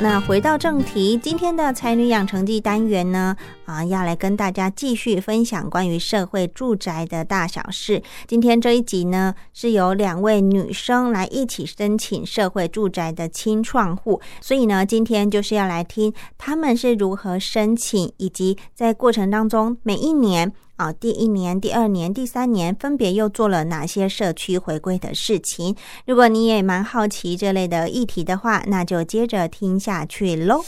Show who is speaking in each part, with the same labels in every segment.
Speaker 1: 那回到正题，今天的才女养成记单元呢，啊，要来跟大家继续分享关于社会住宅的大小事。今天这一集呢，是由两位女生来一起申请社会住宅的清创户，所以呢，今天就是要来听他们是如何申请，以及在过程当中每一年。啊、第一年、第二年、第三年分别又做了哪些社区回归的事情？如果你也蛮好奇这类的议题的话，那就接着听下去喽。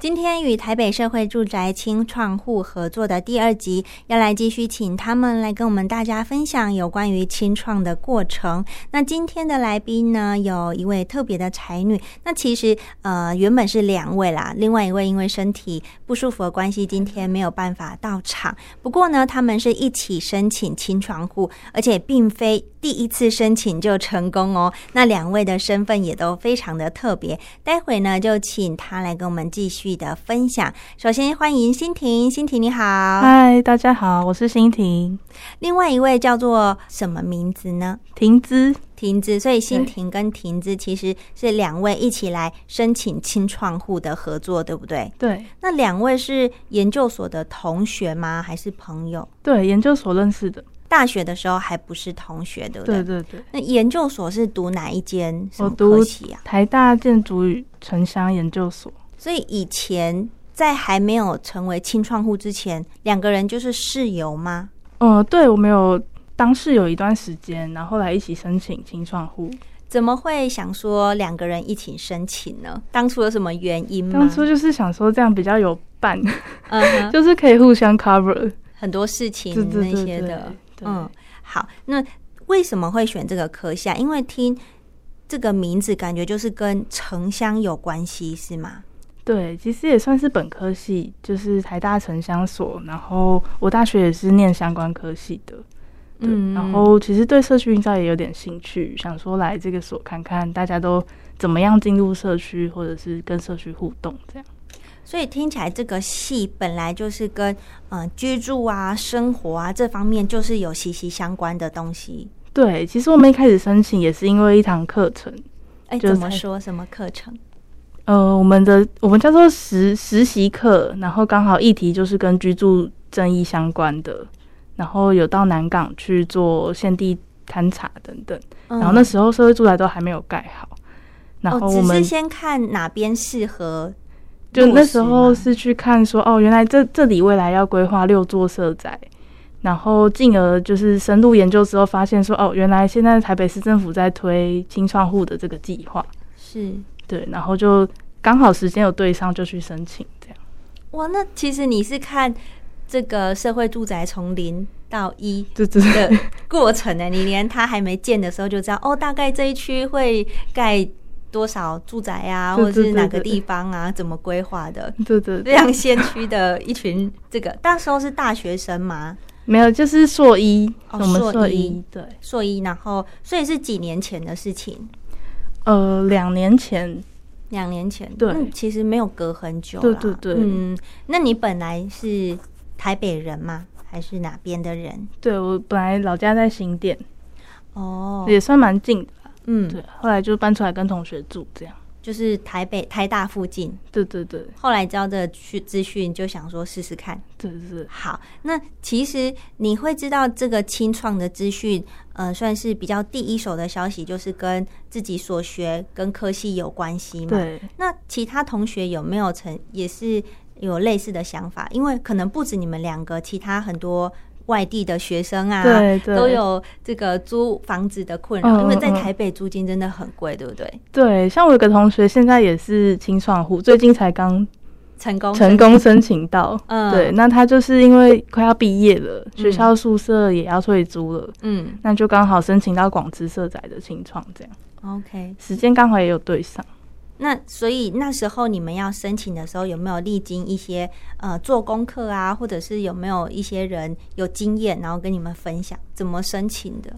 Speaker 1: 今天与台北社会住宅清创户合作的第二集，要来继续请他们来跟我们大家分享有关于清创的过程。那今天的来宾呢，有一位特别的才女。那其实呃，原本是两位啦，另外一位因为身体不舒服的关系，今天没有办法到场。不过呢，他们是一起申请清床户，而且并非第一次申请就成功哦。那两位的身份也都非常的特别。待会呢，就请他来跟我们继续的分享。首先欢迎欣婷，欣婷你好。
Speaker 2: 嗨，大家好，我是欣婷，
Speaker 1: 另外一位叫做什么名字呢？
Speaker 2: 婷姿。
Speaker 1: 婷子，所以新婷跟婷子其实是两位一起来申请清创户的合作，对不对？
Speaker 2: 对
Speaker 1: 那两位是研究所的同学吗？还是朋友？
Speaker 2: 对，研究所认识的。
Speaker 1: 大学的时候还不是同学，对不对？
Speaker 2: 对对对，
Speaker 1: 那研究所是读哪一间什
Speaker 2: 我
Speaker 1: 么
Speaker 2: 读
Speaker 1: 科系啊？
Speaker 2: 台大建筑与城乡研究所。
Speaker 1: 所以以前在还没有成为清创户之前，两个人就是室友吗？
Speaker 2: 嗯、对，我们有当室友一段时间，然后后来一起申请清创户。
Speaker 1: 怎么会想说两个人一起申请呢？当初有什么原因吗？
Speaker 2: 当初就是想说这样比较有伴，
Speaker 1: 嗯哼，
Speaker 2: 就是可以互相 cover
Speaker 1: 很多事情嗯
Speaker 2: 对。对对
Speaker 1: 那
Speaker 2: 对
Speaker 1: 些的。
Speaker 2: 对
Speaker 1: 嗯，好，那为什么会选这个科系啊？因为听这个名字，感觉就是跟城乡有关系，是吗？
Speaker 2: 对，其实也算是本科系，就是台大城乡所，然后我大学也是念相关科系的。对
Speaker 1: 嗯
Speaker 2: 然后其实对社区营造也有点兴趣，想说来这个所看看大家都怎么样进入社区，或者是跟社区互动这样。
Speaker 1: 所以听起来这个系本来就是跟呃居住啊、生活啊这方面就是有息息相关的东西。
Speaker 2: 对，其实我们一开始申请也是因为一堂课程，
Speaker 1: 哎，
Speaker 2: 就是
Speaker 1: 怎么
Speaker 2: 才
Speaker 1: 说？什么课程？
Speaker 2: 呃，我们的我们叫做实实习课，然后刚好议题就是跟居住正义相关的，然后有到南港去做现地勘察等等，
Speaker 1: 嗯
Speaker 2: 然后那时候社会住宅都还没有盖好，然后
Speaker 1: 哦，
Speaker 2: 我
Speaker 1: 只
Speaker 2: 们、
Speaker 1: 是先看哪边适合
Speaker 2: 就
Speaker 1: 落
Speaker 2: 那
Speaker 1: 实
Speaker 2: 时候
Speaker 1: 吗
Speaker 2: 是去看说，哦，原来这这里未来要规划六座社宅，然后进而就是深入研究之后，发现说，哦，原来现在台北市政府在推清创户的这个计划，
Speaker 1: 是。
Speaker 2: 对，然后就刚好时间有对上，就去申请这样。
Speaker 1: 哇，那其实你是看这个社会住宅从零到 一
Speaker 2: 对对
Speaker 1: 的过程呢、你连它还没建的时候就知道哦，大概这一区会盖多少住宅啊，
Speaker 2: 对
Speaker 1: 或者是
Speaker 2: 对对
Speaker 1: 哪个
Speaker 2: 对
Speaker 1: 地方啊，怎么规划的，
Speaker 2: 对对对，
Speaker 1: 非常先驱的一群。这个 那时候是大学生嘛，
Speaker 2: 没有就是硕一，
Speaker 1: 哦
Speaker 2: 我们
Speaker 1: 硕
Speaker 2: 硕
Speaker 1: 一
Speaker 2: 一对，
Speaker 1: 硕一，然后所以是几年前的事情，
Speaker 2: 呃，两年前
Speaker 1: 两年前。
Speaker 2: 对
Speaker 1: 嗯，其实没有隔很久啦。
Speaker 2: 对对对
Speaker 1: 嗯，那你本来是台北人吗？还是哪边的人？
Speaker 2: 对我本来老家在新店，
Speaker 1: 哦，
Speaker 2: 也算蛮近的啦，
Speaker 1: 嗯，
Speaker 2: 对，后来就搬出来跟同学住这样。
Speaker 1: 就是台北台大附近。
Speaker 2: 对对对
Speaker 1: 后来知道这个资资讯，就想说试试看。
Speaker 2: 对对对。
Speaker 1: 好，那其实你会知道这个清创的资讯，呃，算是比较第一手的消息，就是跟自己所学跟科系有关系嘛。。
Speaker 2: 对，
Speaker 1: 那其他同学有没有成也是有类似的想法？因为可能不止你们两个，其他很多外地的学生啊，
Speaker 2: 对对
Speaker 1: 都有这个租房子的困扰，
Speaker 2: 嗯
Speaker 1: 因为在
Speaker 2: 嗯嗯
Speaker 1: 台北租金真的很贵，对不对？
Speaker 2: 对，像我有个同学现在也是清创户，最近才刚
Speaker 1: 成功
Speaker 2: 成功申请到。
Speaker 1: 嗯
Speaker 2: 对，那他就是因为快要毕业了，学校宿舍也要退租了，
Speaker 1: 嗯
Speaker 2: 那就刚好申请到广资社宅的清创，这样
Speaker 1: ，OK。
Speaker 2: 时间刚好也有对上。
Speaker 1: 那所以那时候你们要申请的时候，有没有历经一些呃做功课啊，或者是有没有一些人有经验，然后跟你们分享怎么申请的？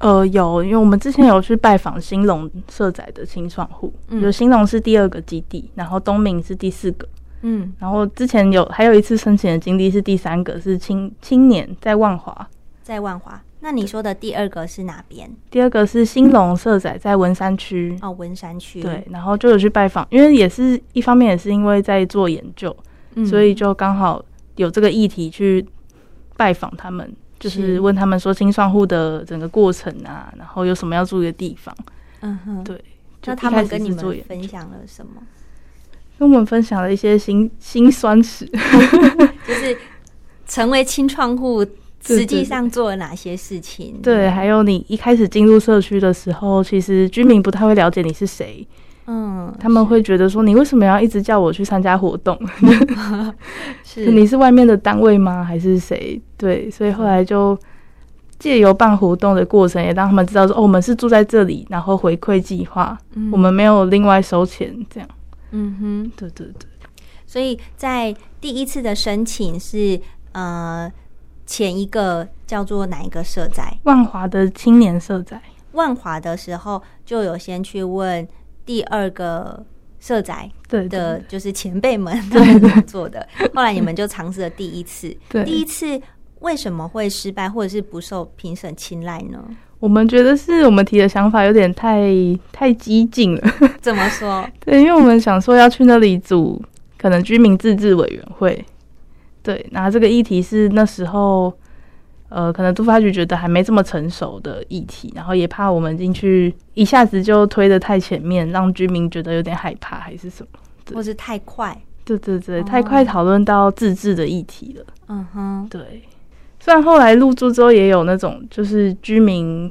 Speaker 2: 呃，有，因为我们之前有去拜访兴隆社宅的清创户，
Speaker 1: 嗯
Speaker 2: 就兴隆是第二个基地，然后东明是第四个，
Speaker 1: 嗯，
Speaker 2: 然后之前有还有一次申请的经历是第三个，是青青年在万华，
Speaker 1: 在万华。那你说的第二个是哪边？
Speaker 2: 第二个是兴隆社仔在文山区，
Speaker 1: 哦，文山区。
Speaker 2: 对，，然后就有去拜访，因为也是一方面也是因为在做研究，
Speaker 1: 嗯
Speaker 2: 所以就刚好有这个议题去拜访他们，就是
Speaker 1: 是
Speaker 2: 问他们说清算户的整个过程啊，然后有什么要注意的地方。
Speaker 1: 嗯哼，
Speaker 2: 对就
Speaker 1: 那
Speaker 2: 一
Speaker 1: 他
Speaker 2: 开
Speaker 1: 们
Speaker 2: 始
Speaker 1: 跟你
Speaker 2: 是做
Speaker 1: 们
Speaker 2: 研
Speaker 1: 分
Speaker 2: 究
Speaker 1: 享了什么？
Speaker 2: 跟我们分享了一些辛辛酸史，
Speaker 1: 就是成为清创户，
Speaker 2: 对
Speaker 1: 实际
Speaker 2: 对
Speaker 1: 上做了哪些事情？
Speaker 2: 对，，还有你一开始进入社区的时候，其实居民不太会了解你是谁，
Speaker 1: 嗯，
Speaker 2: 他们会觉得说你为什么要一直叫我去参加活动？
Speaker 1: 是
Speaker 2: 你是外面的单位吗？还是谁？对，所以后来就借由办活动的过程，也让他们知道说，哦，我们是住在这里，然后回馈计划，我们没有另外收钱，这样。
Speaker 1: 嗯哼。
Speaker 2: 对对对，
Speaker 1: 所以在第一次的申请是呃前一个叫做哪一个社宅
Speaker 2: 万华的青年社宅，
Speaker 1: 万华的时候，就有先去问第二个社宅
Speaker 2: 对对
Speaker 1: 的，
Speaker 2: 对
Speaker 1: 就是前辈 们他们怎么做的。后来你们就尝试了第一次，
Speaker 2: 对
Speaker 1: 第一次为什么会失败，或者是不受评审青睐呢？
Speaker 2: 我们觉得是我们提的想法有点太太激进了，
Speaker 1: 怎么说？
Speaker 2: 对，因为我们想说要去那里组可能居民自治委员会，对，那这个议题是那时候呃，可能都发局觉得还没这么成熟的议题，然后也怕我们进去一下子就推得太前面，让居民觉得有点害怕还是什么。 对
Speaker 1: 或是太快？
Speaker 2: 对对对，
Speaker 1: 哦
Speaker 2: 太快讨论到自治的议题了。
Speaker 1: 嗯哼，
Speaker 2: 对，虽然后来入住之后也有那种就是居民，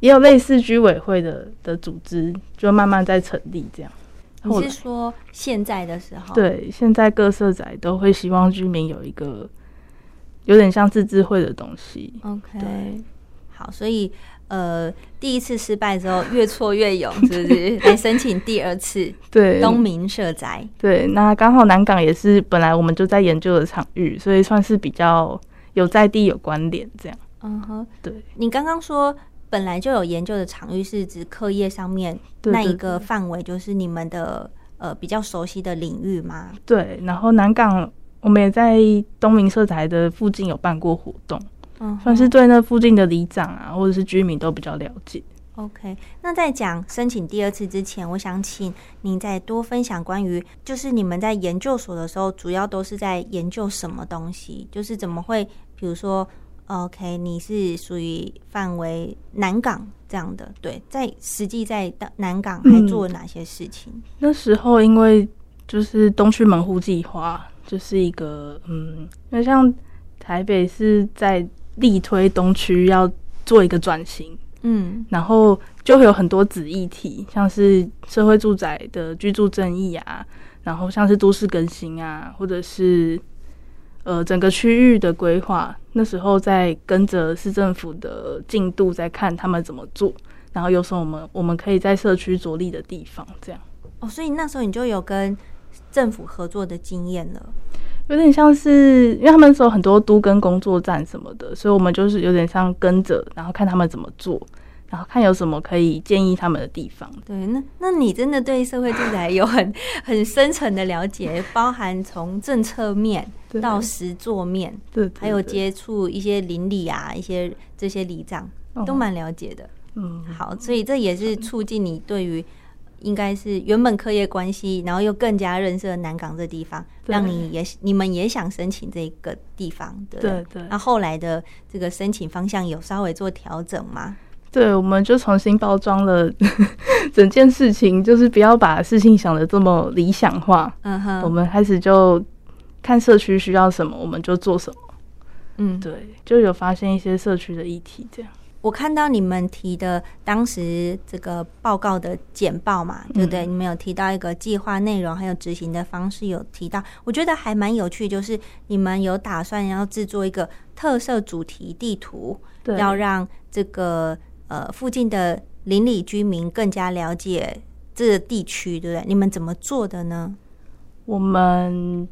Speaker 2: 也有类似居委会的的组织，就慢慢在成立这样。后
Speaker 1: 你
Speaker 2: 来
Speaker 1: 是说现在的时候？，
Speaker 2: 对，现在各社宅都会希望居民有一个有点像自治会的东西。
Speaker 1: OK，
Speaker 2: 对
Speaker 1: 好，所以呃，第一次失败之后越挫越勇，是不是？ 来申请第二次
Speaker 2: 对，
Speaker 1: 东明社宅，
Speaker 2: 对，那刚好南港也是本来我们就在研究的场域，所以算是比较有在地有关联这样。
Speaker 1: 嗯哼，
Speaker 2: 对，
Speaker 1: 你刚刚说本来就有研究的场域是指课业上面
Speaker 2: 对
Speaker 1: 那
Speaker 2: 对
Speaker 1: 一个范围，就是你们的呃比较熟悉的领域吗？
Speaker 2: 对，然后南港我们也在东明社宅的附近有办过活动，
Speaker 1: 嗯哼，
Speaker 2: 算是对那附近的里长啊或者是居民都比较了解。
Speaker 1: OK，那在讲申请第二次之前，我想请您再多分享关于，就是你们在研究所的时候，主要都是在研究什么东西？就是怎么会，比如说，OK，你是属于范围南港这样的，对，在实际在大南港还
Speaker 2: 嗯
Speaker 1: 做了哪些事情？
Speaker 2: 那时候因为就是东区门户计划，就是一个嗯，那像台北是在力推东区要做一个转型，
Speaker 1: 嗯
Speaker 2: 然后就会有很多子议题，像是社会住宅的居住正义啊，然后像是都市更新啊，或者是呃整个区域的规划。那时候在跟着市政府的进度在看他们怎么做，然后有什么我们我们可以在社区着力的地方，这样。
Speaker 1: 哦，所以那时候你就有跟政府合作的经验了。
Speaker 2: 有点像是，因为他们是有很多都跟工作站什么的，所以我们就是有点像跟着，然后看他们怎么做，然后看有什么可以建议他们的地方。
Speaker 1: 对，那那你真的对社会住宅有很很深层的了解，包含从政策面
Speaker 2: 对
Speaker 1: 到实作面，
Speaker 2: 对，
Speaker 1: 还有
Speaker 2: 对，
Speaker 1: 接触一些邻里啊，一些这些里长
Speaker 2: 哦
Speaker 1: 都蛮了解的。
Speaker 2: 嗯，
Speaker 1: 好，所以这也是促进你对于应该是原本课业关系，然后又更加认识了南港这地方，
Speaker 2: 对
Speaker 1: 让你也你们也想申请这个地方，对不
Speaker 2: 对对
Speaker 1: 那后来的这个申请方向有稍微做调整吗？
Speaker 2: 对，我们就重新包装了整件事情，就是不要把事情想的这么理想化。
Speaker 1: 嗯哼，
Speaker 2: 我们开始就看社区需要什么，我们就做什么。
Speaker 1: 嗯，
Speaker 2: 对，就有发现一些社区的议题，这样。
Speaker 1: 我看到你们提的当时这个报告的简报嘛，对不对？
Speaker 2: 嗯
Speaker 1: 你们有提到一个计划内容，还有执行的方式，有提到，我觉得还蛮有趣，就是你们有打算要制作一个特色主题地图，
Speaker 2: 对，
Speaker 1: 要让这个呃附近的邻里居民更加了解这个地区，对不对？你们怎么做的呢？
Speaker 2: 我们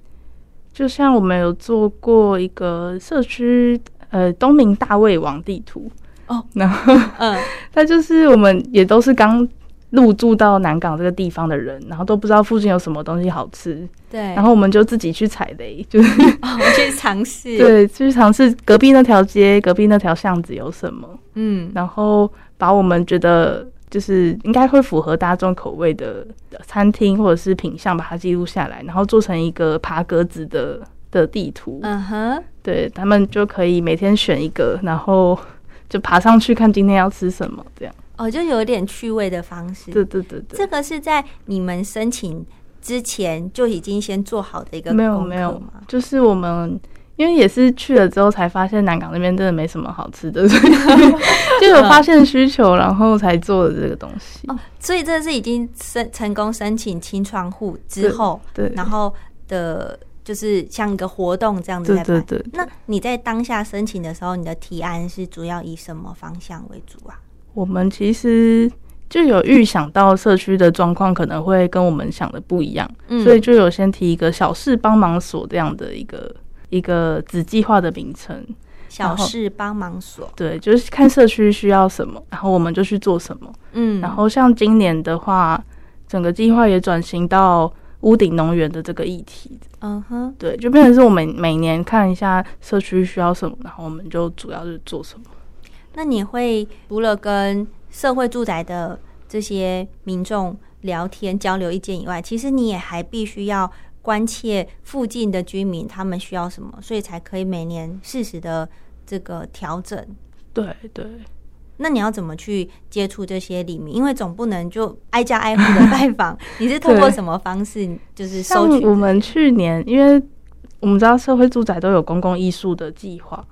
Speaker 2: 就像我们有做过一个社区，呃，东明大胃王地图
Speaker 1: 哦，
Speaker 2: 然后
Speaker 1: 嗯，
Speaker 2: 它就是我们也都是刚入住到南港这个地方的人，然后都不知道附近有什么东西好吃，
Speaker 1: 对，
Speaker 2: 然后我们就自己去踩雷，就是
Speaker 1: 哦 我去尝试，，
Speaker 2: 对，去尝试隔壁那条街、隔壁那条巷子有什么，
Speaker 1: 嗯，
Speaker 2: 然后把我们觉得就是应该会符合大众口味的餐厅或者是品相，把它记录下来，然后做成一个爬格子的的地图，
Speaker 1: 嗯哼，
Speaker 2: 对他们就可以每天选一个，然后就爬上去看今天要吃什么，这样。
Speaker 1: 哦，就有点趣味的方式。
Speaker 2: 对对对对。
Speaker 1: 这个是在你们申请之前就已经先做好的一个
Speaker 2: 没有
Speaker 1: 功课
Speaker 2: 没有
Speaker 1: 吗，
Speaker 2: 就是我们因为也是去了之后才发现南港那边真的没什么好吃的，所以 就有发现需求，然后才做的这个东西。
Speaker 1: 哦，所以这是已经申成功申请清创户之后，
Speaker 2: 对
Speaker 1: 然后的，就是像一个活动这样子在
Speaker 2: 对对
Speaker 1: 办。
Speaker 2: 对，
Speaker 1: 那你在当下申请的时候，你的提案是主要以什么方向为主啊？
Speaker 2: 我们其实就有预想到社区的状况可能会跟我们想的不一样，
Speaker 1: 嗯
Speaker 2: 所以就有先提一个小事帮忙所这样的一个一个子计划的名称。
Speaker 1: 小事帮忙所，
Speaker 2: 对，就是看社区需要什么，然后我们就去做什么。
Speaker 1: 嗯，
Speaker 2: 然后像今年的话，整个计划也转型到屋顶农园的这个议题，
Speaker 1: 嗯哼，
Speaker 2: 对，就变成是我们每年看一下社区需要什么，然后我们就主要是做什么。
Speaker 1: 那你会除了跟社会住宅的这些民众聊天交流意见以外，其实你也还必须要关切附近的居民他们需要什么，所以才可以每年适时的这个调整。
Speaker 2: 对对，
Speaker 1: 那你要怎么去接触这些里民？因为总不能就挨家挨户的拜访，你是透过什么方式就是
Speaker 2: 像
Speaker 1: 收 取？
Speaker 2: 我们去年，因为我们知道社会住宅都有公共艺术的计划，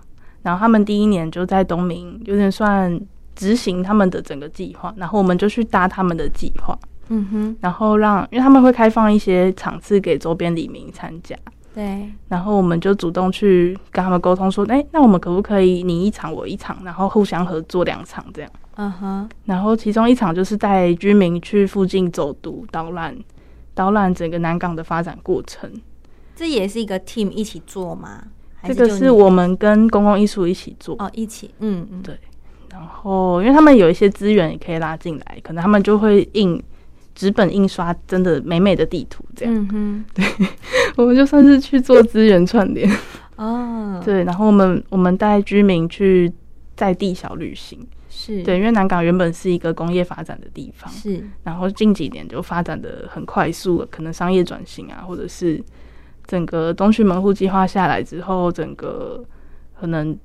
Speaker 2: 然后他们第一年就在东明，有点算执行他们的整个计划，然后我们就去搭他们的计划，
Speaker 1: 嗯哼，
Speaker 2: 然后让因为他们会开放一些场次给周边里民参加。
Speaker 1: 对，
Speaker 2: 然后我们就主动去跟他们沟通说，哎、那我们可不可以你一场我一场，然后互相合作两场这样？
Speaker 1: 嗯哼，
Speaker 2: 然后其中一场就是带居民去附近走读导览，导览整个南港的发展过程。
Speaker 1: 这也是一个 team 一起做吗？还
Speaker 2: 这
Speaker 1: 是
Speaker 2: 个
Speaker 1: 就是你
Speaker 2: 我们跟公共艺术一起做，
Speaker 1: 哦一起，嗯嗯，
Speaker 2: 然后因为他们有一些资源也可以拉进来，可能他们就会印纸本印刷真的美美的地图这样，
Speaker 1: 嗯哼，
Speaker 2: 我们就算是去做资源串联。
Speaker 1: 哦，
Speaker 2: 对，然后我们我们带居民去在地小旅行。
Speaker 1: 是，
Speaker 2: 对，因为南港原本是一个工业发展的地方，
Speaker 1: 嗯是，
Speaker 2: 然后近几年就发展的很快速，可能商业转型啊，或者是整个东区门户计划下来之后，整个可能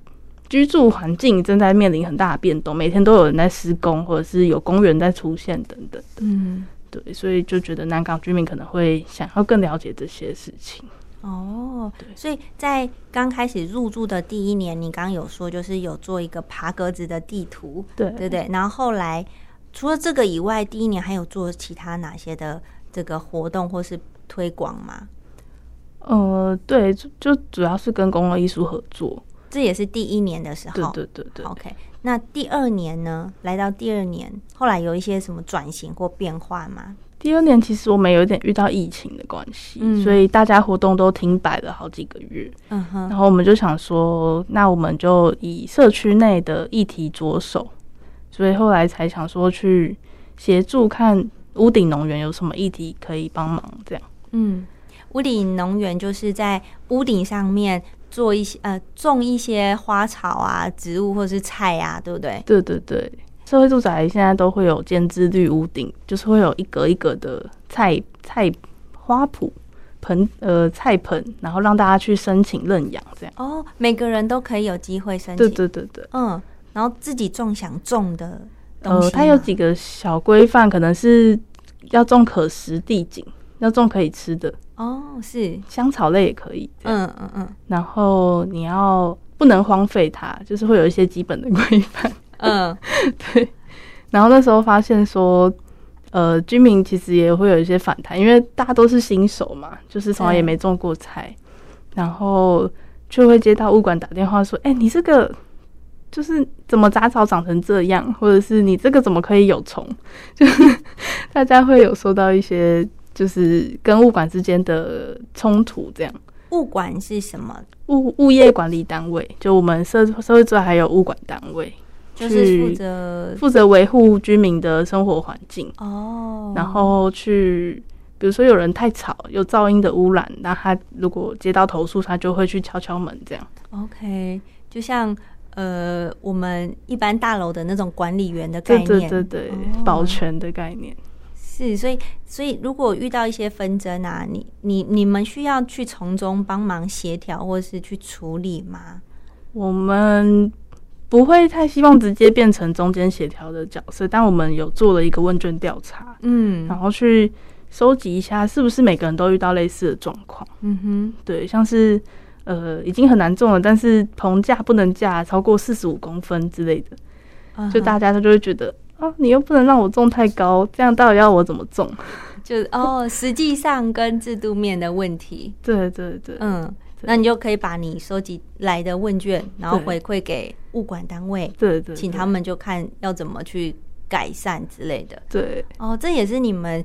Speaker 2: 居住环境正在面临很大的变动，每天都有人在施工，或者是有公园在出现等等。
Speaker 1: 嗯，
Speaker 2: 对，所以就觉得南港居民可能会想要更了解这些事情。
Speaker 1: 哦，
Speaker 2: 对
Speaker 1: 所以在刚开始入住的第一年，你刚刚有说就是有做一个爬格子的地图，
Speaker 2: 对
Speaker 1: 对不对？然后后来除了这个以外，第一年还有做其他哪些的这个活动或是推广吗？
Speaker 2: 呃，对，就就主要是跟公共艺术合作。
Speaker 1: 这也是第一年的时
Speaker 2: 对
Speaker 1: 候。
Speaker 2: 对对对。
Speaker 1: OK，那第二年呢？来到第二年，后来有一些什么转型或变化吗？
Speaker 2: 第二年其实我们有点遇到疫情的关系，
Speaker 1: 嗯
Speaker 2: 所以大家活动都停摆了好几个月。
Speaker 1: 嗯哼，
Speaker 2: 然后我们就想说，那我们就以社区内的议题着手，所以后来才想说去协助看屋顶农园有什么议题可以帮忙这样。
Speaker 1: 嗯，屋顶农园就是在屋顶上面做一些呃种一些花草啊、植物或是菜啊，对不对？
Speaker 2: 对对对，社会住宅现在都会有间支绿屋顶，就是会有一格一格的菜菜花圃盆呃菜盆，然后让大家去申请认养这样。
Speaker 1: 哦，每个人都可以有机会申请，
Speaker 2: 对对对对。
Speaker 1: 嗯，然后自己种想种的东西吗、
Speaker 2: 呃，它有几个小规范，可能是要种可食地景，要种可以吃的
Speaker 1: 哦，是，
Speaker 2: 香草类也可以。嗯，
Speaker 1: 嗯嗯 嗯
Speaker 2: 然后你要不能荒废它，就是会有一些基本的规范。
Speaker 1: 嗯，
Speaker 2: 对，然后那时候发现说，呃，居民其实也会有一些反弹，因为大家都是新手嘛，就是从来也
Speaker 1: 对
Speaker 2: 没种过菜，然后就会接到物管打电话说：“哎、你这个就是怎么杂草长成这样，或者是你这个怎么可以有虫？” 就是大家会有收到一些就是跟物管之间的冲突这样。
Speaker 1: 物管是什么？
Speaker 2: 物物业管理单位，就我们社社会住宅还有物管单位，
Speaker 1: 就是负责
Speaker 2: 负责维护居民的生活环境，
Speaker 1: 哦，
Speaker 2: 然后去，比如说有人太吵，有噪音的污染，那他如果接到投诉，他就会去敲敲门这样。
Speaker 1: OK，就像呃我们一般大楼的那种管理员的概
Speaker 2: 对
Speaker 1: 念，
Speaker 2: 对对对，
Speaker 1: 哦
Speaker 2: 保全的概念。
Speaker 1: 是，所以所以如果遇到一些纷争啊，你你你们需要去从中帮忙协调或是去处理吗？
Speaker 2: 我们不会太希望直接变成中间协调的角色，但我们有做了一个问卷调查，
Speaker 1: 嗯
Speaker 2: 然后去收集一下是不是每个人都遇到类似的状况。
Speaker 1: 嗯哼，
Speaker 2: 对，像是呃已经很难种了，但是棚架不能架超过四十五公分之类的，
Speaker 1: 嗯
Speaker 2: 就
Speaker 1: 哼
Speaker 2: 大家就会觉得。啊，你又不能让我种太高，这样到底要我怎么种？
Speaker 1: 就哦，实际上跟制度面的问题，
Speaker 2: 对对对，
Speaker 1: 嗯，
Speaker 2: 对
Speaker 1: 那你就可以把你收集来的问卷，然后
Speaker 2: 对
Speaker 1: 回馈给物管单位，
Speaker 2: 对对对
Speaker 1: 请他们就看要怎么去改善之类的。
Speaker 2: 对
Speaker 1: 哦，这也是你们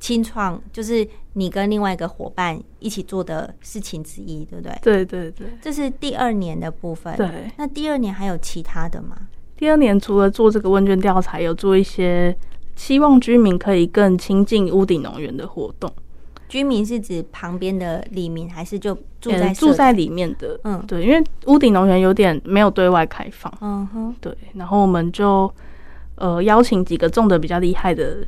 Speaker 1: 清创，就是你跟另外一个伙伴一起做的事情之一，对不对？
Speaker 2: 对对对
Speaker 1: 这是第二年的部分。
Speaker 2: 对。
Speaker 1: 那第二年还有其他的吗？
Speaker 2: 第二年除了做这个问卷调查，有做一些希望居民可以更亲近屋顶农园的活动，
Speaker 1: 居民是指旁边的里民，还是就住
Speaker 2: 呃
Speaker 1: 在、
Speaker 2: 住在？里面的，
Speaker 1: 嗯
Speaker 2: 对，因为屋顶农园有点没有对外开放，
Speaker 1: 嗯哼，
Speaker 2: 对，然后我们就呃邀请几个种的比较厉害的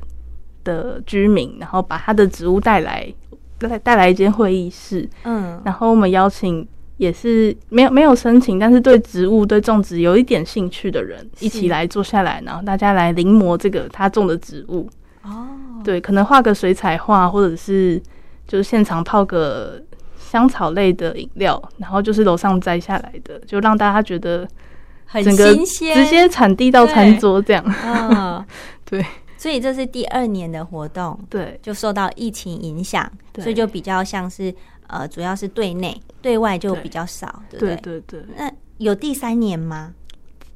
Speaker 2: 的居民，然后把他的植物带来带带来一间会议室，
Speaker 1: 嗯，
Speaker 2: 然后我们邀请。也是没有没有申请，但是对植物、对种植有一点兴趣的人一
Speaker 1: 是
Speaker 2: 起来坐下来，然后大家来临摹这个他种的植物，
Speaker 1: 哦，
Speaker 2: 对，可能画个水彩画，或者是就是现场泡个香草类的饮料，然后就是楼上摘下来的，就让大家觉得
Speaker 1: 很
Speaker 2: 整个
Speaker 1: 新鲜，
Speaker 2: 直接产地到餐桌这样。
Speaker 1: 嗯，
Speaker 2: 对
Speaker 1: 所以这是第二年的活动，
Speaker 2: 对
Speaker 1: 就受到疫情影响，
Speaker 2: 对
Speaker 1: 所以就比较像是呃，主要是对内，对外就比较少，对不
Speaker 2: 对
Speaker 1: 对？
Speaker 2: 对对，
Speaker 1: 那有第三年吗？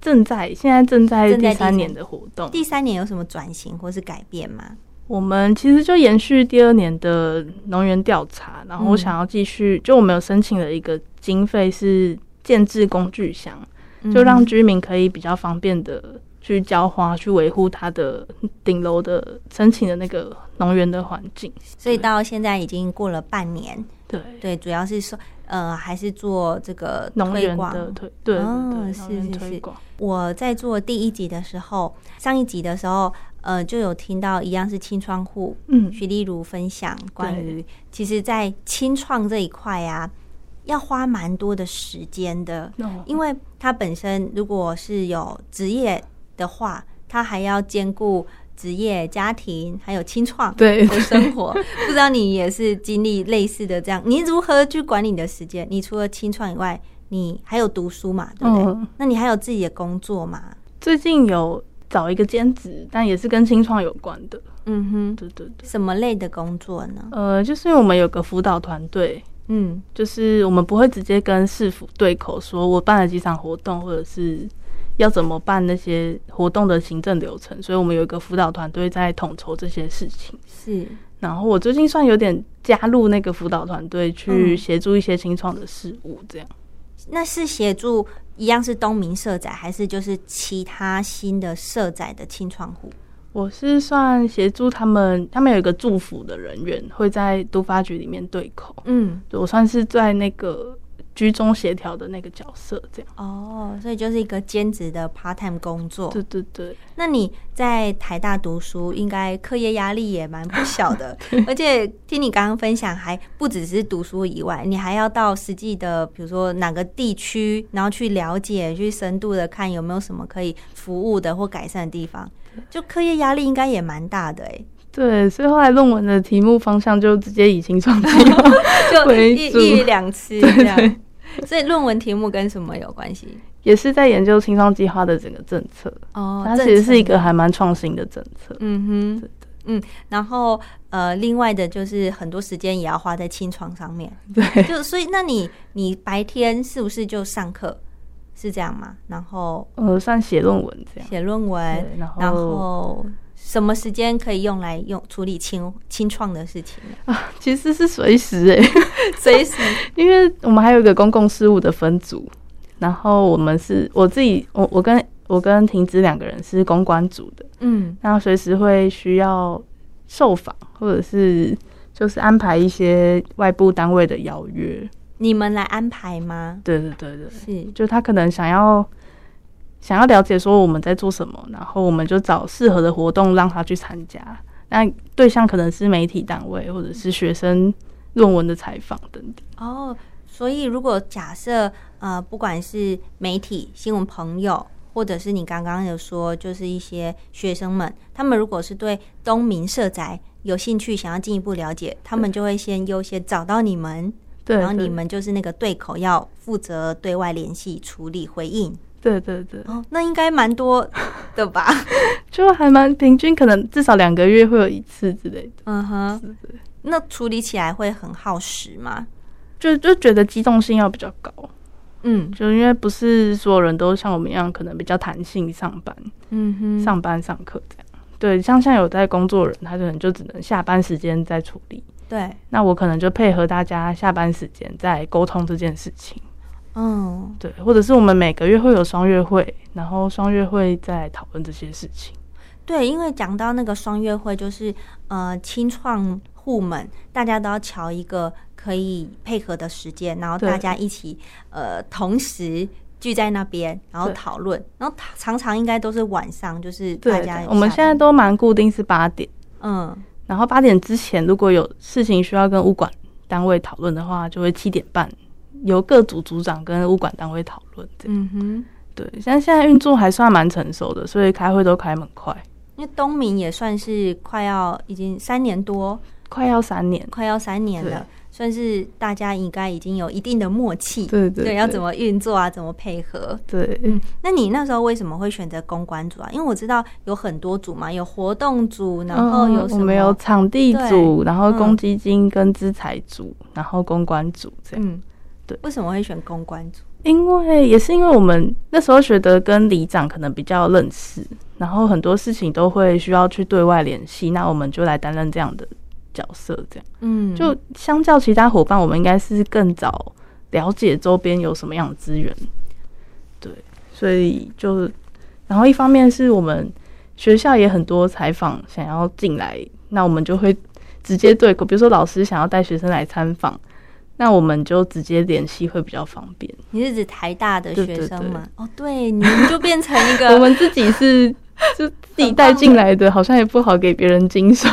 Speaker 2: 正在现在正在
Speaker 1: 正在第
Speaker 2: 第
Speaker 1: 三
Speaker 2: 三年的活动，
Speaker 1: 第三年有什么转型或是改变吗？
Speaker 2: 我们其实就延续第二年的农园调查，然后
Speaker 1: 嗯
Speaker 2: 想要继续，就我们有申请了一个经费是建制工具箱，就
Speaker 1: 嗯
Speaker 2: 让居民可以比较方便的去浇花，去维护它的顶楼的申请的那个农园的环境。
Speaker 1: 所以到现在已经过了半年，
Speaker 2: 对，
Speaker 1: 对，主要是说呃，还是做这个
Speaker 2: 农
Speaker 1: 推
Speaker 2: 园
Speaker 1: 广。
Speaker 2: 的推啊对对对，
Speaker 1: 哦
Speaker 2: 农
Speaker 1: 是
Speaker 2: 园
Speaker 1: 是是
Speaker 2: 推广，
Speaker 1: 我在做第一集的时候，上一集的时候，呃，就有听到一样是清窗户
Speaker 2: 嗯，
Speaker 1: 徐丽如分享关于，其实，在清创这一块啊，要花蛮多的时间的，
Speaker 2: 哦
Speaker 1: 因为它本身如果是有职业的话，它还要兼顾职业、家庭还有清创
Speaker 2: 对
Speaker 1: 的生活。不知道你也是经历类似的这样，你如何去管理你的时间？你除了清创以外，你还有读书嘛？对不对？
Speaker 2: 嗯，
Speaker 1: 那你还有自己的工作嘛？
Speaker 2: 最近有找一个兼职，但也是跟清创有关的。
Speaker 1: 嗯哼，
Speaker 2: 对对对，
Speaker 1: 什么类的工作呢？
Speaker 2: 呃，就是我们有个辅导团队，
Speaker 1: 嗯
Speaker 2: 就是我们不会直接跟市府对口说，我办了几场活动，或者是要怎么办那些活动的行政流程，所以我们有一个辅导团队在统筹这些事情。
Speaker 1: 是，
Speaker 2: 然后我最近算有点加入那个辅导团队，去
Speaker 1: 嗯
Speaker 2: 协助一些清创的事务，这样。
Speaker 1: 那是协助一样是东明社宅，还是就是其他新的社宅的清创户？
Speaker 2: 我是算协助他们，他们有一个祝福的人员会在都发局里面对口，
Speaker 1: 嗯，
Speaker 2: 我算是在那个居中协调的那个角色，这样。
Speaker 1: 哦，所以就是一个兼职的 part time 工作。
Speaker 2: 对对对，
Speaker 1: 那你在台大读书，应该课业压力也蛮不小 的，而且听你刚刚分享，还不只是读书以外，你还要到实际的，比如说哪个地区，然后去了解，去深度的看有没有什么可以服务的或改善的地方。就课业压力应该也蛮大的 哎、
Speaker 2: 对，所以后来论文的题目方向就直接以清创计划
Speaker 1: 就
Speaker 2: 为
Speaker 1: 一
Speaker 2: 主
Speaker 1: 一鱼两吃这 样。所以论文题目跟什么有关系？
Speaker 2: 也是在研究清创计划的整个政策，
Speaker 1: 哦
Speaker 2: 它其实是一，
Speaker 1: 政
Speaker 2: 个还蛮创新的政策
Speaker 1: 策。嗯哼
Speaker 2: 对，
Speaker 1: 嗯，然后呃，另外的就是很多时间也要花在清床上面，
Speaker 2: 对，
Speaker 1: 就所以那你你白天是不是就上课是这样吗？然后
Speaker 2: 呃，算写论文这样。
Speaker 1: 写论文，
Speaker 2: 对，哦然后
Speaker 1: 然后什么时间可以用来用处理清清创的事 情呢？
Speaker 2: 其实是随时哎、
Speaker 1: 随时
Speaker 2: 因为我们还有一个公共事务的分组，然后我们是我自己，我我跟我跟婷子两个人是公关组的，
Speaker 1: 嗯
Speaker 2: 那随时会需要受访，或者是就是安排一些外部单位的邀约。
Speaker 1: 你们来安排吗？
Speaker 2: 对对对对，
Speaker 1: 是，
Speaker 2: 就他可能想要想要了解说我们在做什么，然后我们就找适合的活动让他去参加。那对象可能是媒体单位或者是学生论文的采访等等。
Speaker 1: 哦，所以如果假设呃，不管是媒体、新闻朋友，或者是你刚刚有说，就是一些学生们，他们如果是对东明社宅有兴趣，想要进一步了解，他们就会先优先找到你们，
Speaker 2: 对，
Speaker 1: 然后
Speaker 2: 对
Speaker 1: 你们就是那个对口，要负责对外联系、处理、回应。
Speaker 2: 对对对，
Speaker 1: 哦，那应该蛮多的吧？
Speaker 2: 就还蛮平均，可能至少两个月会有一次之类的。
Speaker 1: 嗯哼，
Speaker 2: 对对
Speaker 1: 那处理起来会很耗时吗？
Speaker 2: 就就觉得机动性要比较高，
Speaker 1: 嗯
Speaker 2: 就因为不是所有人都像我们一样，可能比较弹性上班、
Speaker 1: 嗯哼
Speaker 2: 上班上课这样。对，像像有在工作的人，他可能就只能下班时间再处理。
Speaker 1: 对，
Speaker 2: 那我可能就配合大家下班时间再沟通这件事情，
Speaker 1: 嗯，
Speaker 2: 对，或者是我们每个月会有双月会，然后双月会再讨论这些事情。
Speaker 1: 对，因为讲到那个双月会，就是呃，清创户们大家都要瞧一个可以配合的时间，然后
Speaker 2: 对
Speaker 1: 大家一起呃同时聚在那边，然后
Speaker 2: 对
Speaker 1: 讨论，然后他常常应该都是晚上，就是大
Speaker 2: 对
Speaker 1: 家，
Speaker 2: 我们
Speaker 1: 下
Speaker 2: 现在
Speaker 1: 班
Speaker 2: 都蛮固定是八点，
Speaker 1: 嗯
Speaker 2: 然后八点之前如果有事情需要跟物管单位讨论的话，就会七点半由各组组长跟物管单位讨论。这样
Speaker 1: 嗯哼。
Speaker 2: 对，像现在运作还算蛮成熟的，所以开会都开蛮快，
Speaker 1: 因为东明也算是快要已经三年多，
Speaker 2: 快要三年。
Speaker 1: 快要三年了，算是大家应该已经有一定的默契，
Speaker 2: 对对
Speaker 1: 要怎么运作啊，怎么配合。
Speaker 2: 对，
Speaker 1: 那你那时候为什么会选择公关组啊？因为我知道有很多组嘛，有活动组，然后有
Speaker 2: 嗯
Speaker 1: 什
Speaker 2: 我
Speaker 1: 么？
Speaker 2: 们有场地组，然后
Speaker 1: 嗯
Speaker 2: 公积金跟资财组，然后公关组这样。
Speaker 1: 嗯，
Speaker 2: 对
Speaker 1: 为什么会选公关组？
Speaker 2: 因为也是因为我们那时候觉得跟里长可能比较认识，然后很多事情都会需要去对外联系，那我们就来担任这样的角色，这样
Speaker 1: 嗯，
Speaker 2: 就相较其他伙伴，我们应该是更早了解周边有什么样的资源。对，所以就，然后一方面是我们学校也很多采访想要进来，那我们就会直接对口，比如说老师想要带学生来参访，那我们就直接联系会比较方便。
Speaker 1: 你是指台大的
Speaker 2: 对
Speaker 1: 学
Speaker 2: 对
Speaker 1: 生
Speaker 2: 对
Speaker 1: 吗？哦，对，你就变成一
Speaker 2: 我
Speaker 1: 个，
Speaker 2: 们自己是 就自己带进来的，好像也不好给别人经手。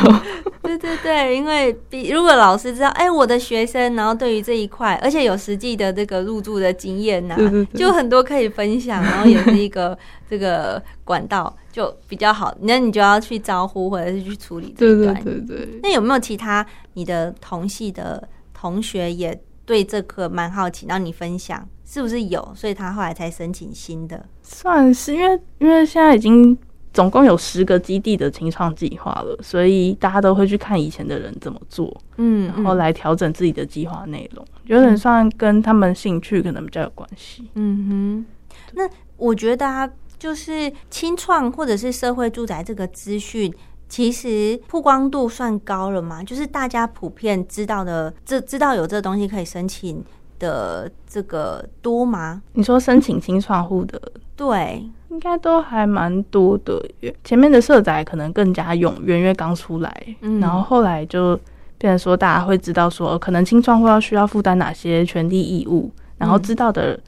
Speaker 1: 对对对，因为比如果老师知道，哎，我的学生，然后对于这一块，而且有实际的这个入住的经验呐、
Speaker 2: 对对对
Speaker 1: 啊就很多可以分享，然后也是一个这个管道就比较好。那你就要去招呼或者是去处理这
Speaker 2: 对
Speaker 1: 一
Speaker 2: 对
Speaker 1: 段，
Speaker 2: 对对，
Speaker 1: 那有没有其他你的同系的同学也对这个蛮好奇，让你分享是不是有？所以他后来才申请新的。
Speaker 2: 算是因为因为现在已经总共有十个基地的清创计划了，所以大家都会去看以前的人怎么做，
Speaker 1: 嗯
Speaker 2: 然后，来调整自己的计划内容。有点算跟他们兴趣可能比较有关系。
Speaker 1: 嗯哼。那我觉得啊，就是清创或者是社会住宅这个资讯。其实曝光度算高了嘛，就是大家普遍知道的，这知道有这东西可以申请的这个多吗？
Speaker 2: 你说申请清创户的
Speaker 1: 对，
Speaker 2: 应该都还蛮多的耶。前面的社宅可能更加踊跃，因为刚出来，
Speaker 1: 嗯
Speaker 2: 然后后来就变成说大家会知道说，呃可能青创会要需要负担哪些权利义务，然
Speaker 1: 嗯
Speaker 2: 后知道的、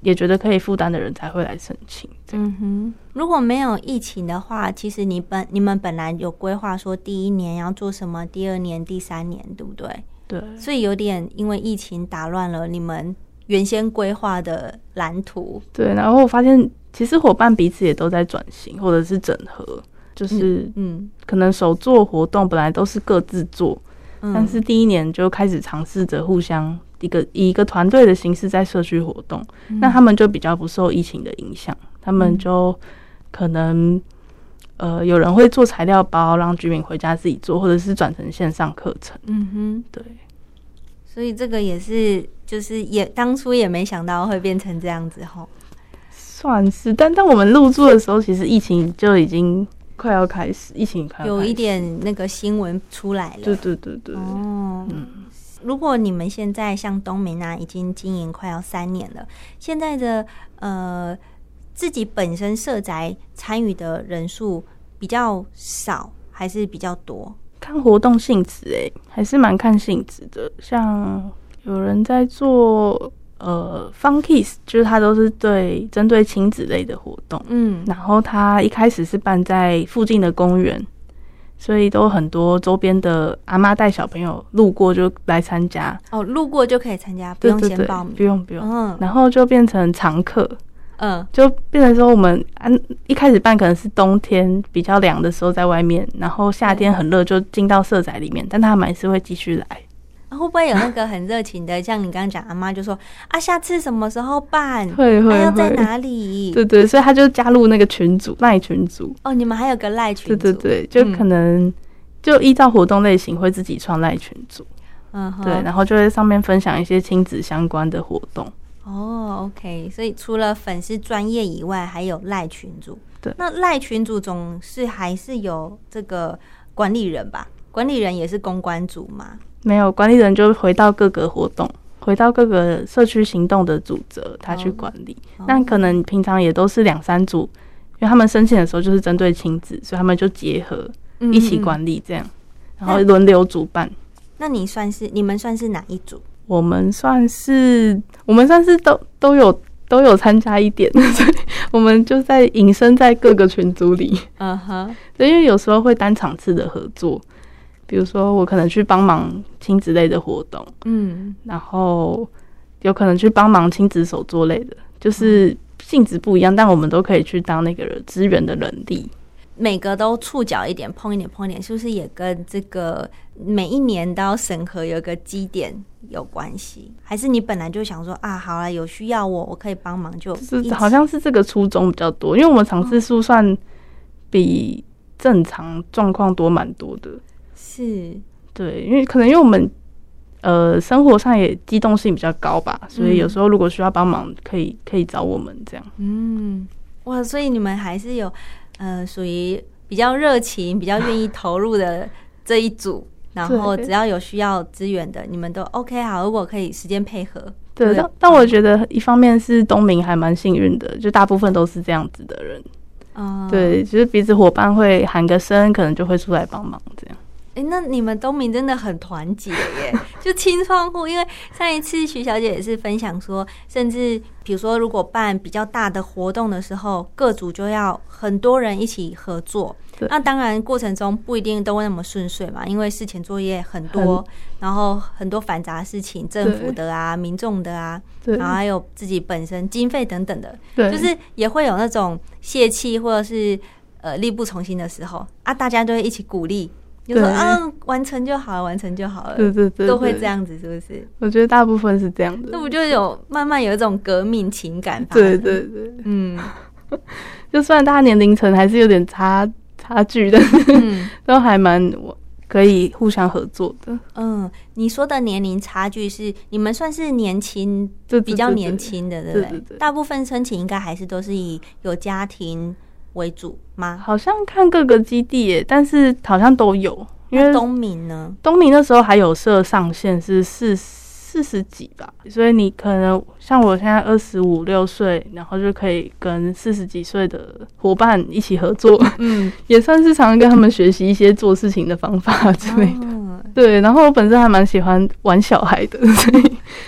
Speaker 2: 也觉得可以负担的人才会来申请。这样
Speaker 1: 嗯哼，如果没有疫情的话，其实你本你们本来有规划说第一年要做什么，第二年、第三年，对不对？
Speaker 2: 对，
Speaker 1: 所以有点因为疫情打乱了你们原先规划的蓝图。
Speaker 2: 对，然后我发现其实伙伴彼此也都在转型或者是整合，就是
Speaker 1: 嗯，
Speaker 2: 可能手做活动本来都是各自做，
Speaker 1: 嗯
Speaker 2: 但是第一年就开始尝试着互相一个以一个团队的形式在社区活动，
Speaker 1: 嗯
Speaker 2: 那他们就比较不受疫情的影响，他们就可能呃有人会做材料包让居民回家自己做，或者是转成线上课程，
Speaker 1: 嗯哼，
Speaker 2: 对。
Speaker 1: 所以这个也是，就是也当初也没想到会变成这样子吼。
Speaker 2: 算是，但但我们入住的时候，其实疫情就已经快要开始，疫情快要
Speaker 1: 有
Speaker 2: 开
Speaker 1: 一
Speaker 2: 始，
Speaker 1: 点那个新闻出来了，
Speaker 2: 对对对对，嗯
Speaker 1: 哦，如果你们现在像东明啊，已经经营快要三年了，现在的呃自己本身社宅参与的人数比较少，还是比较多？
Speaker 2: 看活动性质，哎，还是蛮看性质的。像有人在做呃 Fun Kiss，就是它都是对针对亲子类的活动，
Speaker 1: 嗯
Speaker 2: 然后它一开始是办在附近的公园，所以都很多周边的阿妈带小朋友路过就来参加，
Speaker 1: 哦，路过就可以参加，不用
Speaker 2: 对对
Speaker 1: 先
Speaker 2: 对
Speaker 1: 报名。
Speaker 2: 不用不用。
Speaker 1: 嗯
Speaker 2: 然后就变成常客，
Speaker 1: 嗯
Speaker 2: 就变成说我们安一开始办可能是冬天比较凉的时候在外面，然后夏天很热就进到社宅里面，但他们还是会继续来。
Speaker 1: 呃会不会有那个很热情的，像你刚刚讲，阿妈就说啊，下次什么时候办？
Speaker 2: 会
Speaker 1: 还
Speaker 2: 会
Speaker 1: 要在
Speaker 2: 会，
Speaker 1: 哪里？
Speaker 2: 对对，所以他就加入那个群组赖群组，
Speaker 1: 哦，你们还有个赖群
Speaker 2: 对
Speaker 1: 组，
Speaker 2: 对对，就
Speaker 1: 嗯
Speaker 2: 可能就依照活动类型会自己创赖群组，
Speaker 1: 嗯哼，
Speaker 2: 对，然后就会上面分享一些亲子相关的活动。
Speaker 1: 哦，OK，所以除了粉丝专业以外，还有赖群组。
Speaker 2: 对
Speaker 1: 那赖群组总是还是有这个管理人吧？管理人也是公关组嘛？
Speaker 2: 没有管理人就回到各个活动，回到各个社区行动的组织，他去
Speaker 1: 哦
Speaker 2: 管理。
Speaker 1: 哦
Speaker 2: 那可能平常也都是两三组，因为他们申请的时候就是针对亲子，所以他们就结合一
Speaker 1: 嗯。
Speaker 2: 起
Speaker 1: 嗯嗯
Speaker 2: 管理这样，然后轮流主办。
Speaker 1: 那你算是你们算是哪一组？
Speaker 2: 我们算是我们算是都都有都有参加一点， 所以我们就在隐身在各个群组里。
Speaker 1: 嗯哼，
Speaker 2: 对，因为有时候会单场次的合作，比如说我可能去帮忙亲子类的活动，
Speaker 1: 嗯，
Speaker 2: 然后有可能去帮忙亲子手作类的，
Speaker 1: 嗯
Speaker 2: 就是性质不一样，但我们都可以去当那个人支援的人力。
Speaker 1: 每个都触角一点，碰一点，碰一点，是不是也跟这个每一年都要审核有一个基点有关系？还是你本来就想说啊，好了，有需要我，我可以帮忙就
Speaker 2: 就
Speaker 1: 一
Speaker 2: 是
Speaker 1: 起
Speaker 2: 好像是这个初衷比较多，因为我们场次数算比正常状况多蛮多的。
Speaker 1: 是
Speaker 2: 对，因为可能因为我们呃生活上也机动性比较高吧，所以有时候如果需要帮忙，可以可以找我们这样。
Speaker 1: 嗯，哇，所以你们还是有呃属于比较热情、比较愿意投入的这一组，然后
Speaker 2: 对
Speaker 1: 只要有需要资源的，你们都 OK 好。如果可以时间配合，
Speaker 2: 对，
Speaker 1: 对
Speaker 2: 但但我觉得一方面是东明还蛮幸运的，就大部分都是这样子的人。
Speaker 1: 嗯，
Speaker 2: 对，就是彼此伙伴会喊个声，可能就会出来帮忙这样。
Speaker 1: 哎、那你们东明真的很团结 耶！就清窗户，因为上一次徐小姐也是分享说，甚至比如说如果办比较大的活动的时候，各组就要很多人一起合作
Speaker 2: 对。
Speaker 1: 那当然过程中不一定都会那么顺遂嘛，因为事前作业很多，然后很多繁杂事情，政府
Speaker 2: 对
Speaker 1: 的啊、民众的啊，
Speaker 2: 对
Speaker 1: 然后还有自己本身经费等等的，
Speaker 2: 对，
Speaker 1: 就是也会有那种泄气或者是呃力不从心的时候啊，大家都会一起鼓励，就说
Speaker 2: 对
Speaker 1: 嗯，完成就好了，完成就好了，
Speaker 2: 对对对，
Speaker 1: 都会
Speaker 2: 对
Speaker 1: 这。样子，是不是？
Speaker 2: 我觉得大部分是这样的
Speaker 1: 那。不就有慢慢有一种革命情感发
Speaker 2: 对
Speaker 1: 生？
Speaker 2: 对对，
Speaker 1: 嗯，
Speaker 2: 就算大家年龄层还是有点差差距的，
Speaker 1: 嗯
Speaker 2: 都还蛮我可以互相合作的。
Speaker 1: 嗯，你说的年龄差距是你们算是年轻，
Speaker 2: 对
Speaker 1: 比较年，轻的，对不
Speaker 2: 对
Speaker 1: 对
Speaker 2: 对对
Speaker 1: 大部分申请应该还是都是以有家庭为主吗？
Speaker 2: 好像看各个基地耶，但是好像都有，因
Speaker 1: 那
Speaker 2: 为
Speaker 1: 东明 呢？
Speaker 2: 东明那时候还有设上限是四四十几吧，所以你可能像我现在二十五六岁，然后就可以跟四十几岁的伙伴一起合作，
Speaker 1: 嗯，
Speaker 2: 也算是常常跟他们学习一些做事情的方法之类的。
Speaker 1: 哦
Speaker 2: 对，然后我本身还蛮喜欢玩小孩的，所 以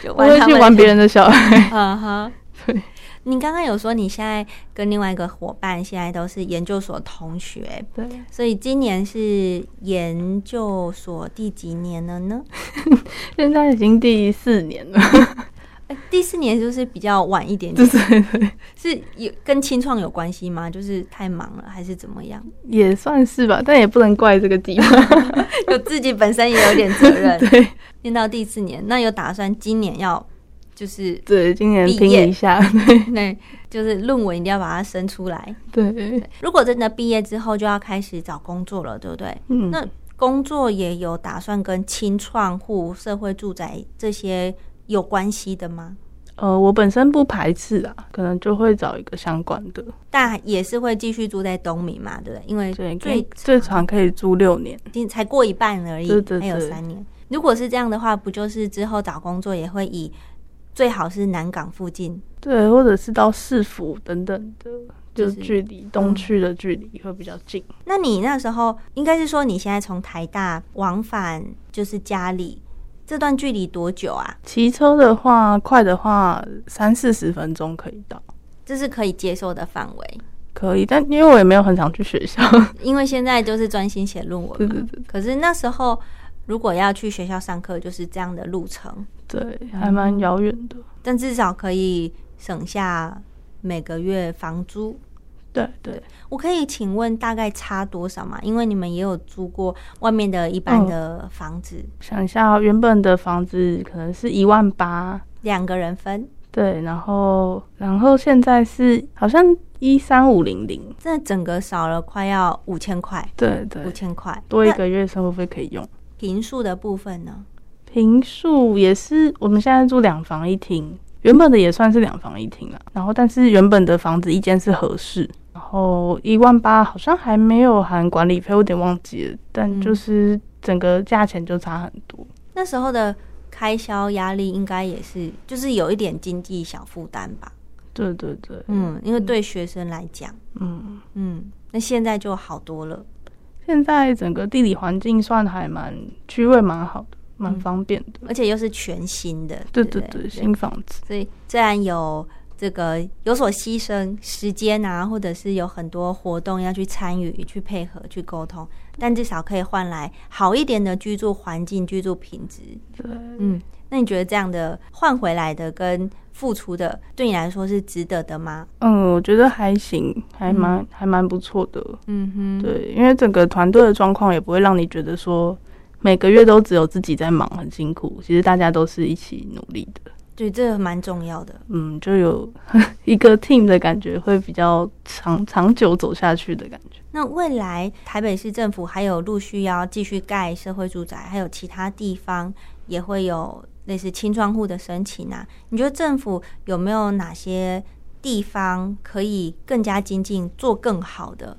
Speaker 1: 就
Speaker 2: 我会
Speaker 1: 他
Speaker 2: 去
Speaker 1: 们
Speaker 2: 玩
Speaker 1: 的
Speaker 2: 别人的小孩。
Speaker 1: 嗯哼，
Speaker 2: 对。
Speaker 1: 你刚刚有说你现在跟另外一个伙伴现在都是研究所同学，
Speaker 2: 对，
Speaker 1: 所以今年是研究所第几年了呢？
Speaker 2: 现在已经第四年了，
Speaker 1: 哎第四年是不是比较晚一点
Speaker 2: 就
Speaker 1: 点？
Speaker 2: 是
Speaker 1: 是有跟清创有关系吗？就是太忙了，还是怎么样？
Speaker 2: 也算是吧，但也不能怪这个计划。
Speaker 1: 就自己本身也有点责任。
Speaker 2: 对
Speaker 1: 念到第四年，那有打算今年要就是
Speaker 2: 对，今年
Speaker 1: 毕
Speaker 2: 拼
Speaker 1: 业
Speaker 2: 一下，
Speaker 1: 那就是论文一定要把它生出来。
Speaker 2: 对对，
Speaker 1: 如果真的毕业之后就要开始找工作了，对不对？
Speaker 2: 嗯，
Speaker 1: 那工作也有打算跟清创户、社会住宅这些有关系的吗？
Speaker 2: 呃，我本身不排斥啊，可能就会找一个相关的，
Speaker 1: 但也是会继续住在东明嘛，对不对？因为
Speaker 2: 对，可
Speaker 1: 最
Speaker 2: 以最长可以住六年，
Speaker 1: 已经才过一半而已，
Speaker 2: 对对
Speaker 1: 还有
Speaker 2: 对
Speaker 1: 三年。如果是这样的话，不就是之后找工作也会以最好是南港附近，
Speaker 2: 对，或者是到市府等等的，
Speaker 1: 就
Speaker 2: 就是嗯是距离东区的距离会比较近。
Speaker 1: 那你那时候应该是说你现在从台大往返就是家里这段距离多久啊？
Speaker 2: 骑车的话，快的话三四十分钟可以到，
Speaker 1: 这是可以接受的范围，
Speaker 2: 可以。但因为我也没有很常去学校，
Speaker 1: 因为现在就是专心写论文
Speaker 2: 对
Speaker 1: 嘛。
Speaker 2: 对对
Speaker 1: 可是那时候如果要去学校上课，就是这样的路程，
Speaker 2: 对，还蛮遥远的。
Speaker 1: 但至少可以省下每个月房租。
Speaker 2: 对对，
Speaker 1: 我可以请问大概差多少吗？因为你们也有租过外面的一般
Speaker 2: 嗯
Speaker 1: 的房子，
Speaker 2: 想一下，哦原本的房子可能是一万八，
Speaker 1: 两、个人分，
Speaker 2: 对，然后然后现在是好像一三五零零，
Speaker 1: 这整个少了快要五千块，
Speaker 2: 对
Speaker 1: 五
Speaker 2: 对，
Speaker 1: 千块。
Speaker 2: 多一
Speaker 1: 那
Speaker 2: 个月生活费可以用。
Speaker 1: 平数的部分呢？
Speaker 2: 平数也是，我们现在住两房一厅，原本的也算是两房一厅啦。然后，但是原本的房子一间是合适，然后一万八好像还没有含管理费，我有点忘记了，
Speaker 1: 嗯
Speaker 2: 但就是整个价钱就差很多。
Speaker 1: 那时候的开销压力应该也是，就是有一点经济小负担吧。
Speaker 2: 对对对，
Speaker 1: 嗯，因为对学生来讲，
Speaker 2: 嗯，
Speaker 1: 嗯，那现在就好多了。
Speaker 2: 现在整个地理环境算还蛮区位蛮好的，蛮方便的。
Speaker 1: 而且又是全新的，
Speaker 2: 对
Speaker 1: 嗯对
Speaker 2: 对
Speaker 1: 不
Speaker 2: 对，新房子，
Speaker 1: 所以虽然有这个有所牺牲时间啊，或者是有很多活动要去参与、去配合、去沟通，但至少可以换来好一点的居住环境、居住品质。
Speaker 2: 对，
Speaker 1: 嗯，那你觉得这样的换回来的跟付出的，对你来说是值得的吗？
Speaker 2: 嗯，我觉得还行，还蛮、还蛮不错的。
Speaker 1: 嗯哼，
Speaker 2: 对，因为整个团队的状况也不会让你觉得说每个月都只有自己在忙，很辛苦。其实大家都是一起努力的，
Speaker 1: 对，这个蛮重要的。
Speaker 2: 嗯，就有 一个 team 的感觉，会比较长长久走下去的感觉。
Speaker 1: 那未来台北市政府还有陆续要继续盖社会住宅，还有其他地方也会有类似清创户的申请啊。你觉得政府有没有哪些地方可以更加精进、做更好的？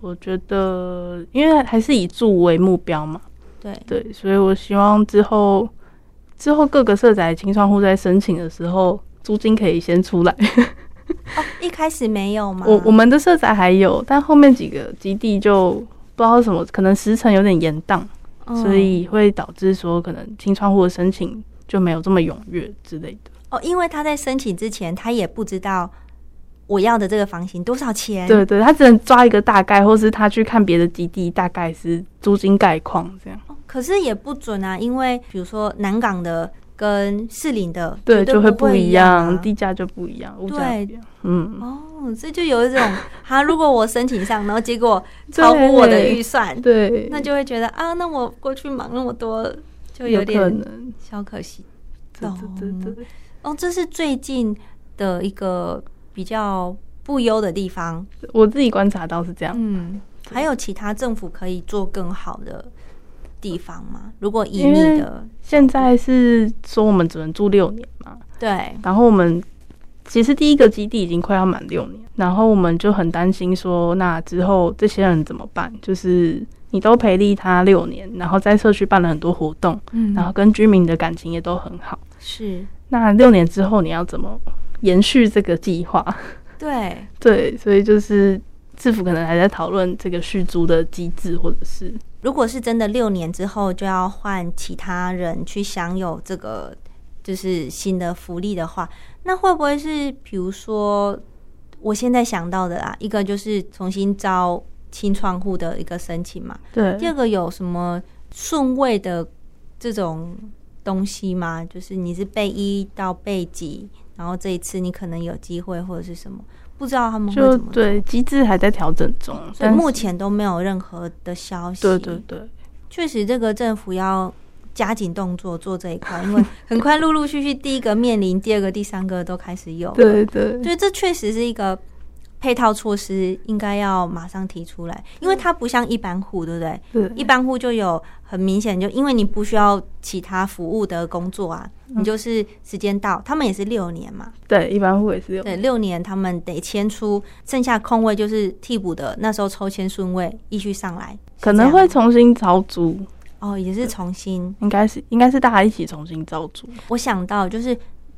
Speaker 2: 我觉得，因为还是以住为目标嘛，
Speaker 1: 对，
Speaker 2: 对，所以我希望之后之后各个社宅清算户在申请的时候，租金可以先出来。
Speaker 1: 哦，一开始没有吗？
Speaker 2: 我我们的社宅还有，但后面几个基地就不知道什么，可能时程有点延宕。
Speaker 1: 嗯
Speaker 2: 所以会导致说可能清窗户的申请就没有这么踊跃之类的。
Speaker 1: 哦，因为他在申请之前，他也不知道我要的这个房型多少钱。
Speaker 2: 对对，他只能抓一个大概，或是他去看别的基地，大概是租金概况这样。
Speaker 1: 哦，可是也不准啊，因为比如说南港的跟士林的
Speaker 2: 对，就
Speaker 1: 会
Speaker 2: 不
Speaker 1: 一
Speaker 2: 一
Speaker 1: 样
Speaker 2: 样，
Speaker 1: 啊。
Speaker 2: 地价就不一样，物价不
Speaker 1: 对
Speaker 2: 一样。嗯，
Speaker 1: 哦，这就有一种 哈，如果我申请上，然后结果
Speaker 2: 对
Speaker 1: 超乎我的预算，
Speaker 2: 对，
Speaker 1: 那就会觉得啊，那我过去忙那么多，就
Speaker 2: 有可
Speaker 1: 点
Speaker 2: 能。
Speaker 1: 小可惜。
Speaker 2: 对对对对，
Speaker 1: 哦，这是最近的一个比较不优的地方。
Speaker 2: 我自己观察到是这样。
Speaker 1: 嗯，还有其他政府可以做更好的地方吗？如果以
Speaker 2: 因
Speaker 1: 你
Speaker 2: 为
Speaker 1: 的
Speaker 2: 现在是说我们只能住六年嘛，
Speaker 1: 对，
Speaker 2: 然后我们其实第一个基地已经快要满六年，然后我们就很担心说，那之后这些人怎么办？就是你都培力他六年，然后在社区办了很多活动，
Speaker 1: 嗯
Speaker 2: 然后跟居民的感情也都很好。
Speaker 1: 是
Speaker 2: 那六年之后你要怎么延续这个计划？
Speaker 1: 对，
Speaker 2: 对，所以就是市府可能还在讨论这个续租的机制，或者是
Speaker 1: 如果是真的六年之后就要换其他人去享有这个就是新的福利的话，那会不会是比如说我现在想到的啊，一个就是重新招清创户的一个申请嘛，
Speaker 2: 对
Speaker 1: 第二个有什么顺位的这种东西吗？就是你是备一到备几，然后这一次你可能有机会或者是什么，不知道他们会
Speaker 2: 就
Speaker 1: 怎么做，
Speaker 2: 对机制还在调整中，
Speaker 1: 所以
Speaker 2: 但是
Speaker 1: 目前哦都没有任何的消息。
Speaker 2: 对对对。
Speaker 1: 确实，这个政府要加紧动作做这一块，因 为很快陆陆续续第一个面临，第二个、第三个都开始有。
Speaker 2: 对对
Speaker 1: 对，这确实是一个配套措施，应该要马上提出来，因为它不像一般户，对不对？
Speaker 2: 嗯对，
Speaker 1: 一般户就有很明显，就因为你不需要其他服务的工作啊，你
Speaker 2: 嗯
Speaker 1: 就是时间到，他们也是六年嘛，
Speaker 2: 对一般会也是有
Speaker 1: 对，六年他们得迁出，剩下空位就是替补的，那时候抽签顺位依序上来，是
Speaker 2: 可
Speaker 1: 这
Speaker 2: 能
Speaker 1: 样
Speaker 2: 会
Speaker 1: 吗
Speaker 2: 重新招租，
Speaker 1: 哦，也是重新
Speaker 2: 应该是应该是大家一起重新招租。
Speaker 1: 我想到就是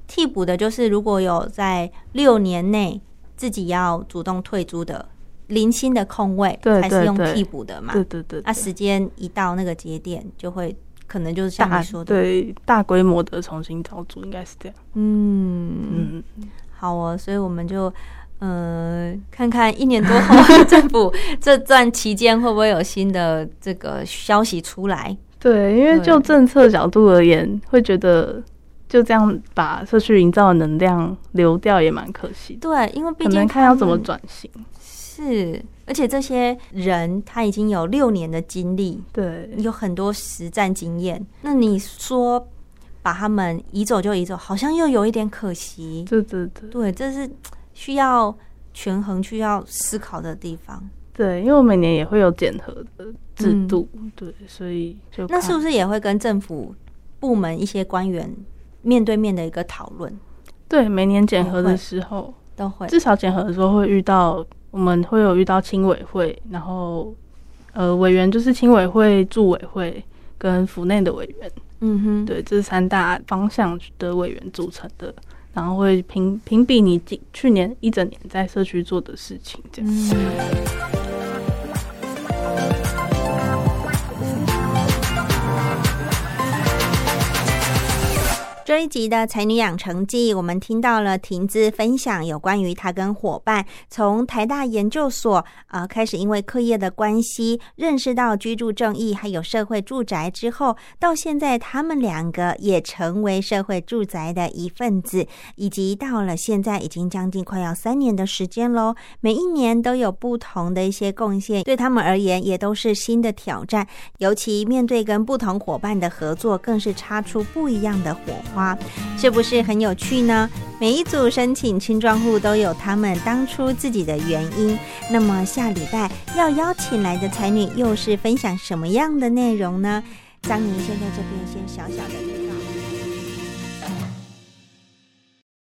Speaker 1: 替补的就是如果有在六年内自己要主动退租的零星的空位，
Speaker 2: 对
Speaker 1: 才是用
Speaker 2: 对对
Speaker 1: 替补的嘛。
Speaker 2: 对对对，
Speaker 1: 那、时间一到那个节点，就会可能就是像
Speaker 2: 大
Speaker 1: 你说的，
Speaker 2: 对大规模的重新招租应该是这样。
Speaker 1: 嗯，
Speaker 2: 嗯，
Speaker 1: 好哦，所以我们就。呃，看看一年多后 政 府这段期间会不会有新的这个消息出来？
Speaker 2: 对，因为
Speaker 1: 对
Speaker 2: 就政策角度而言，会觉得就这样把社区营造的能量流掉也蛮可惜的，
Speaker 1: 对，因为毕
Speaker 2: 可
Speaker 1: 竟
Speaker 2: 能看要怎么
Speaker 1: 转。
Speaker 2: 转型。
Speaker 1: 是，而且这些人他已经有六年的经历，
Speaker 2: 对，
Speaker 1: 有很多实战经验。那你说把他们移走就移走，好像又有一点可惜。
Speaker 2: 对对对
Speaker 1: 对，这是需要权衡、需要思考的地方。
Speaker 2: 对，因为我每年也会有检核的制
Speaker 1: 嗯
Speaker 2: 度，对，所以就
Speaker 1: 那
Speaker 2: 看
Speaker 1: 是不是也会跟政府部门一些官员面对面的一个讨论？
Speaker 2: 对每年检核
Speaker 1: 也
Speaker 2: 的
Speaker 1: 会
Speaker 2: 时候，
Speaker 1: 都会，
Speaker 2: 至少检核的时候会遇到，我们会有遇到青委会，然后呃委员就是青委会、住委会跟府内的委员，
Speaker 1: 嗯哼，
Speaker 2: 对，这是三大方向的委员组成的，然后会评评比你今去年一整年在社区做的事情，这样。
Speaker 1: 嗯。这一集的《才女养成记》，我们听到了婷姿分享有关于她跟伙伴从台大研究所呃开始，因为课业的关系，认识到居住正义还有社会住宅之后，到现在他们两个也成为社会住宅的一份子，以及到了现在已经将近快要三年的时间喽。每一年都有不同的一些贡献，对他们而言也都是新的挑战。尤其面对跟不同伙伴的合作，更是擦出不一样的火花，是不是很有趣呢？每一组申请青壮户都有他们当初自己的原因。那么下礼拜要邀请来的才女又是分享什么样的内容呢？张宁先在这边先小小的。